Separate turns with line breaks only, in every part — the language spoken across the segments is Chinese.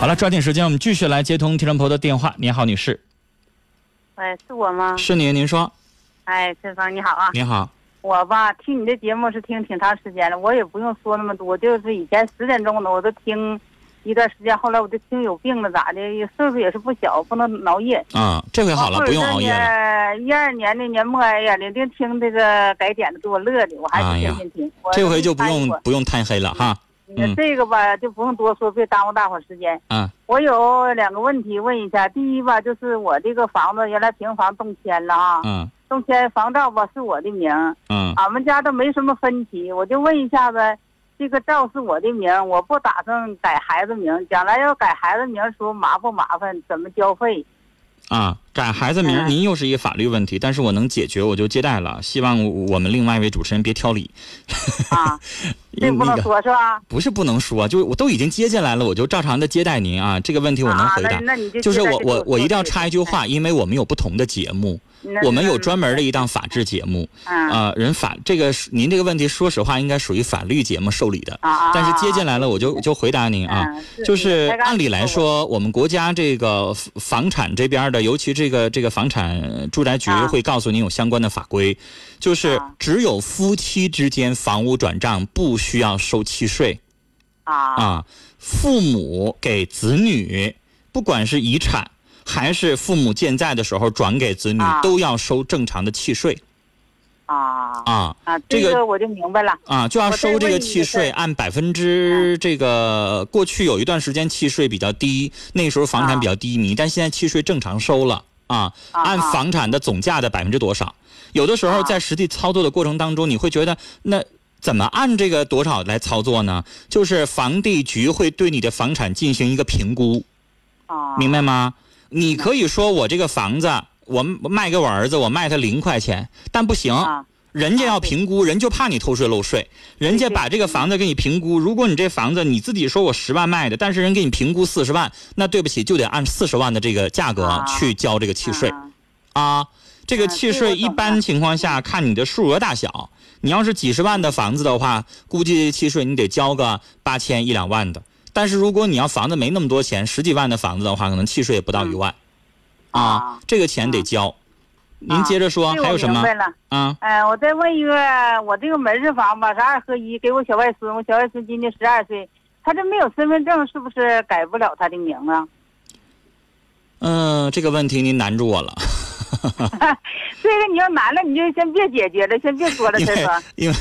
好了，抓紧时间，我们继续来接通听众朋友的电话。您好，女士，
哎，是我吗？
是您，您说，
哎，春芳你好啊！
您好，
我吧，听你的节目是听挺长时间了，我也不用说那么多，就是以前十点钟的我都听一段时间，后来我就听有病了咋的，岁数也是不小，不能熬夜。
啊，这回好
哦
了，不用熬夜了。
了。一二年的年末，哎呀，领定听这个改点的，给我乐的，我还
哎
是
呀
天天听。我
这回就不用嗯
没参与过
不用太黑了哈。嗯
这个吧，就不用多说，别耽误大伙儿时间。
嗯，
我有两个问题问一下。第一吧，就是我这个房子原来平房动迁了啊，
嗯
动迁房照吧是我的名儿，
嗯
俺们家都没什么分歧，我就问一下子，这个照是我的名儿，我不打算改孩子名儿，将来要改孩子名儿时候麻不麻烦？怎么交费？
啊，改孩子名儿，
嗯
您又是一个法律问题，但是我能解决，我就接待了。希望我们另外一位主持人别挑理。 嗯
啊，这不
那
能
个
说是吧？
不是不能说，啊就是我都已经接进来了，我就照常的接待您啊。这个问题我能
啊，
回答
那。那你就
就是
接待
我
这
我
个
我一定要
就
插一句话，因为我们有不同的节目，
那
我们有专门的一档法制节目，
嗯啊
啊，人法这个是您这个问题，说实话应该属于法律节目受理的，
啊，
但是接进来了我就就回答您啊。
嗯
就是按理来，
你
说，我们国家这个房房产这边的，尤其这个这个房产住宅局
啊
会告诉您有相关的法规，就是
啊
只有夫妻之间房屋转让不需要收契税
刚才说过
啊，父母给子女，不管是遗产还是父母健在的时候转给子女
啊，
都要收正常的契税
啊啊
啊。
啊，
这
这
个
个我就明白了。
啊，就要
我再
收这个
问你啊一
契
个
税，
事儿
按百分之这个过去有一段时间契税比较低，那时候房产
啊
比较低迷，但现在契税正常收了啊，
啊
按
啊
房产的总价的百分之多少？有的时候
啊
在实际操作的过程当中，你会觉得那。怎么按这个多少来操作呢？就是房地局会对你的房产进行一个评估，
啊，
明白吗？你可以说我这个房子我卖给我儿子，我卖他零块钱，但不行，
啊
人家要
啊对
评估，人就怕你偷税漏税，人家
对
把这个房子给你评估。如果你这房子你自己说我十万卖的，但是人给你评估四十万，那对不起，就得按四十万的这个价格
啊
去交这个契税
啊
啊。这个
啊
契
这个
税
我
一
懂
般
了
情况下看你的数额大小，你要是几十万的房子的话，估计契税你得交个八千一两万的。但是如果你要房子没那么多钱，十几万的房子的话，可能契税也不到一万，啊
啊，
这个钱得
嗯
交。您
啊
接着说，
这
还
我
有什
明
么
白了。
啊？
哎，我再问一个，我这个门市房吧是二合一，给我小外孙，我小外孙今年十二岁，他这没有身份证，是不是改不了他的名啊？
嗯，这个问题您难住我了，
这个你要难了，你就先别解决了，先别说了，
因
再
为
说。
因为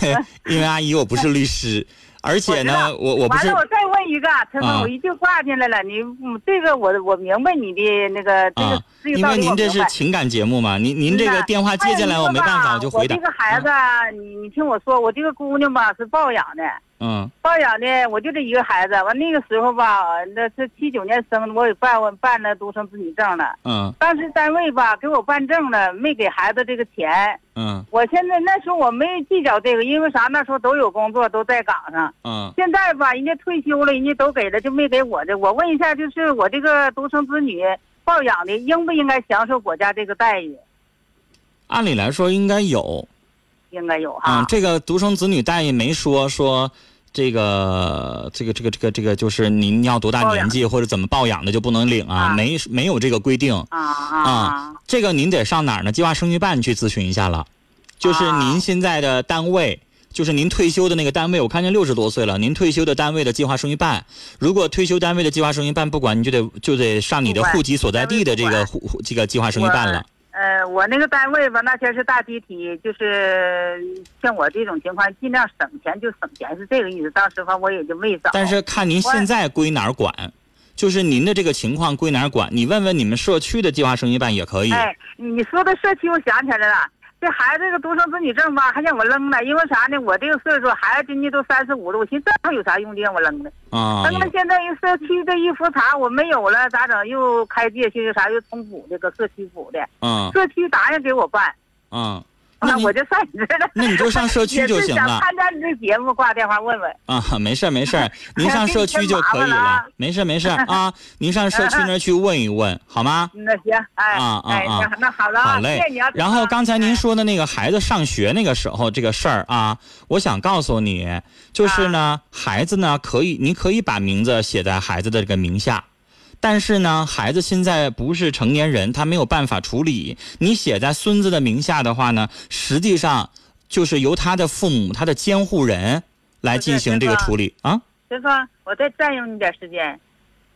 因为阿姨我不是律师，而且呢，我我不
完
是
了，嗯我再问一个，陈
啊
峰，我一句挂进来了，你嗯这个我我明白你的那个这个
啊，
这个
因
道
为
理，
您
我
这
明
是
白。
情感节目嘛，您您这个
嗯
电话接进来我没办法，我就回答啊
我这。个孩子，啊你你听我说，我这个姑娘吧是抱养的，
嗯
抱养的，我就这一个孩子。完那个时候吧，那是七九年生的，我也办我办了独生子女证了。
嗯
当时单位吧给我办证了，没给孩子这个钱。
嗯
我现在那时候我没计较这个，因为啥？那时候都有工作，都在岗上。
嗯
现在吧，人家退休了，人家都给了，就没给我的。我问一下，就是我这个独生子女抱养的，应不应该享受国家这个待遇？
按理来说应该有
应该有哈。
啊，这个独生子女待遇没说说。这个这个这个这个这个就是您要多大
抱
年
养
纪或者怎么抱养的就不能领啊，
啊
没没有这个规定。
啊
啊
啊
这个您得上哪儿呢？计划生育办去咨询一下了。就是
啊
您现在的单位，就是您退休的那个单位，我看见六十多岁了，您退休的单位的计划生育办，如果退休单位的计划生育办不管，你就得就得上你的
不管
户籍所在地的这
单
个
位
户户这个计划生育办了。
呃，我那个单位吧，那全是大集体，就是像我这种情况，尽量省钱就省钱，是这个意思。当时吧，我也就没找。
但是看您现在归哪儿管，就是您的这个情况归哪儿管，你问问你们社区的计划生育办也可以。
哎，你说的社区，我想起来了。这孩子这个独生子女证吧，还让我扔了，因为啥呢？我这个岁数，孩子今年都三十五了，我寻思这还有啥用的让我扔的？
啊，
扔了现在一社区这一复查，我没有了，咋整？又开界去又啥？又重补这个社区补的，
嗯
社区答应给我办，
嗯，那
啊，
你
我就上你这儿了。
那你就上社区
也
就是行
想
了。
参加你这节目，挂电话问问。
啊，没事儿没事 儿，您上社区就可以
麻烦了
了
啊，
没事儿没事儿啊，您上社区那儿去问一问，好吗？
那行，哎，
啊啊
哎，
啊
那那好了啊，
好嘞
谢谢你啊。
然后刚才您
哎
说的那个孩子上学那个时候这个事儿啊，我想告诉
啊
你，就是呢，孩子呢可以，您可以把名字写在孩子的这个名下，但是呢，孩子现在不是成年人，他没有办法处理。你写在孙子的名下的话呢，实际上就是由他的父母、他的监护人来进行这个处理啊。
师傅，我再占用你点时间。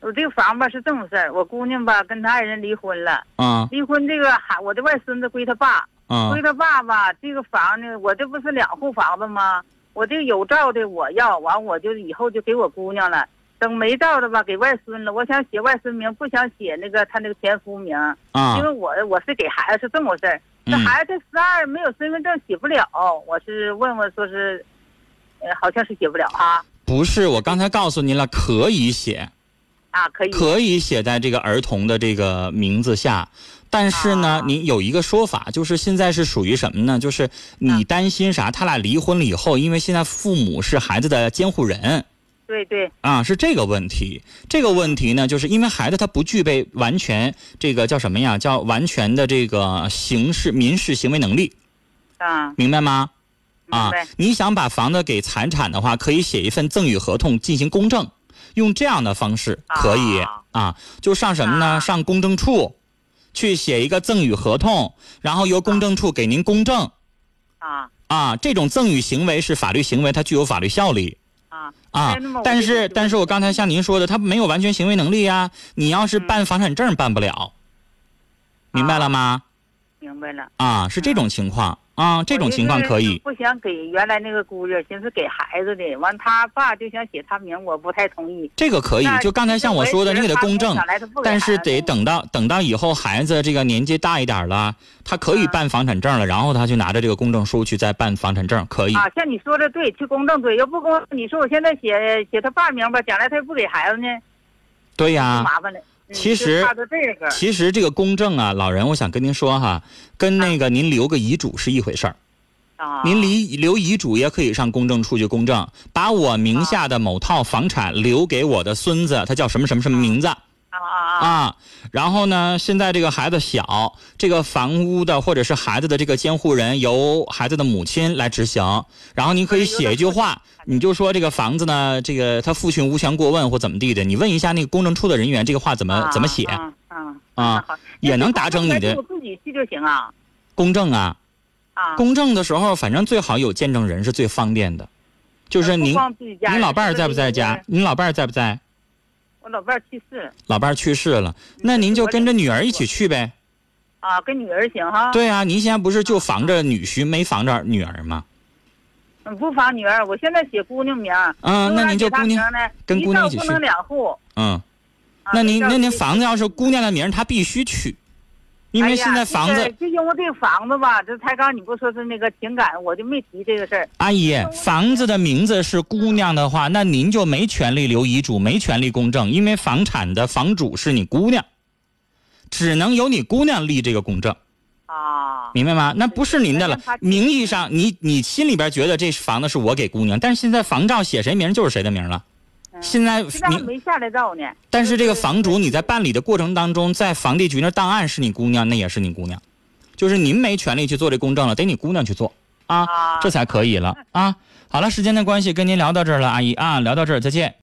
我这个房吧是这么事儿，我姑娘吧跟她爱人离婚了，
啊
离婚这个孩我的外孙子归他爸，
啊
归他爸吧。这个房呢，我这不是两户房子吗？我这个有照的我要，完我就以后就给我姑娘了。等没照的吧，给外孙了。我想写外孙名，不想写那个他那个前夫名，因
啊
为我我是给孩子是这么回事儿。这
嗯
孩子十二没有身份证写不了，我是问问说是，呃，好像是写不了啊
不是，我刚才告诉您了，可以写，
啊，可以
可以写在这个儿童的这个名字下。但是呢
啊，
你有一个说法，就是现在是属于什么呢？就是你担心啥？他俩离婚了以后，因为现在父母是孩子的监护人，
对对
啊，是这个问题。这个问题呢，就是因为孩子他不具备完全这个叫什么呀？叫完全的这个刑事民事行为能力，
啊，
明白吗？啊
明白，
你想把房子给财产的话，可以写一份赠与合同进行公证，用这样的方式可以
啊
啊，就上什么呢？
啊
上公证处去写一个赠与合同，然后由公证处给您公证
啊
啊。这种赠与行为是法律行为，它具有法律效力。
啊
啊
哎那么，我
但
就是是
但是我刚才像您说的，他没有完全行为能力呀、你要是
嗯
办房产证办不了，明白了吗？
明白了。
啊，是这种情况啊，这种情况可以。
嗯我就是不想给原来那个姑爷，寻思给孩子的，完他爸就想写他名，我不太同意。
这个可以
那，
就刚才像我说的，你给他公证，但是得。等到等到以后孩子这个年纪大一点了，他可以
嗯
办房产证了，然后他去拿着这个公证书去再办房产证，可以。
啊，像你说的对，去公证对，要不公，你说我现在写写他爸名吧，将来他也不给孩子呢，
对呀、
就麻烦了。嗯
啊其实
就怕他这个
其实这个公证啊，老人，我想跟您说哈，跟那个您留个遗嘱是一回事儿。
啊，
您离留遗嘱也可以上公证处去公证，把我名下的某套房产留给我的孙子，他叫什么什么什么名字
啊啊啊
啊？然后呢，现在这个孩子小，这个房屋的或者是孩子的这个监护人由孩子的母亲来执行。然后您可以写一句话，你就说这个房子呢，这个他父亲无权过问或怎么地的，你问一下那个公证处的人员，这个话怎么
啊
怎么写？
啊啊
啊
好
也能达成你的
我自己去就行啊
公证啊，
啊。
公证的时候，反正最好有见证人是最方便的，就是您
不光自己家人
您老伴儿在不在家？？您老伴儿在不在？
我老伴儿去世
老伴儿去世了，那您就跟着女儿一起去呗。
啊，跟女儿行哈。
对啊，您现在不是就防着女婿，没防着女儿吗？
嗯，不妨女儿，我现在写姑娘名儿。
嗯，那您就姑娘，
呢，
跟姑娘一起
一照
去
不能两户。
嗯，
啊
那您那您房子要是
一照
姑娘的名儿，她必须取，因为现在房
哎呀这
子
个，就因为这个房子吧，这才刚你不说是那个情感，我就没提这个事儿。
阿姨，哎房子的名字是姑娘的话，那您就没权利留遗嘱，没权利公证，因为房产的房主是你姑娘，只能由你姑娘立这个公证。
啊
明白吗？那不是您的了
那他。
名义上，你你心里边觉得这房子是我给姑娘，但是现在房照写谁名就是谁的名了。
嗯
现在
现在还
你，
没下来照呢。
但是这个房主你在办理的过程当中，在房地局那档案是你姑娘，那也是你姑娘，就是您没权利去做这公证了，得你姑娘去做啊，
啊
这才可以了啊。好了，时间的关系，跟您聊到这儿了，阿姨啊，聊到这儿，再见。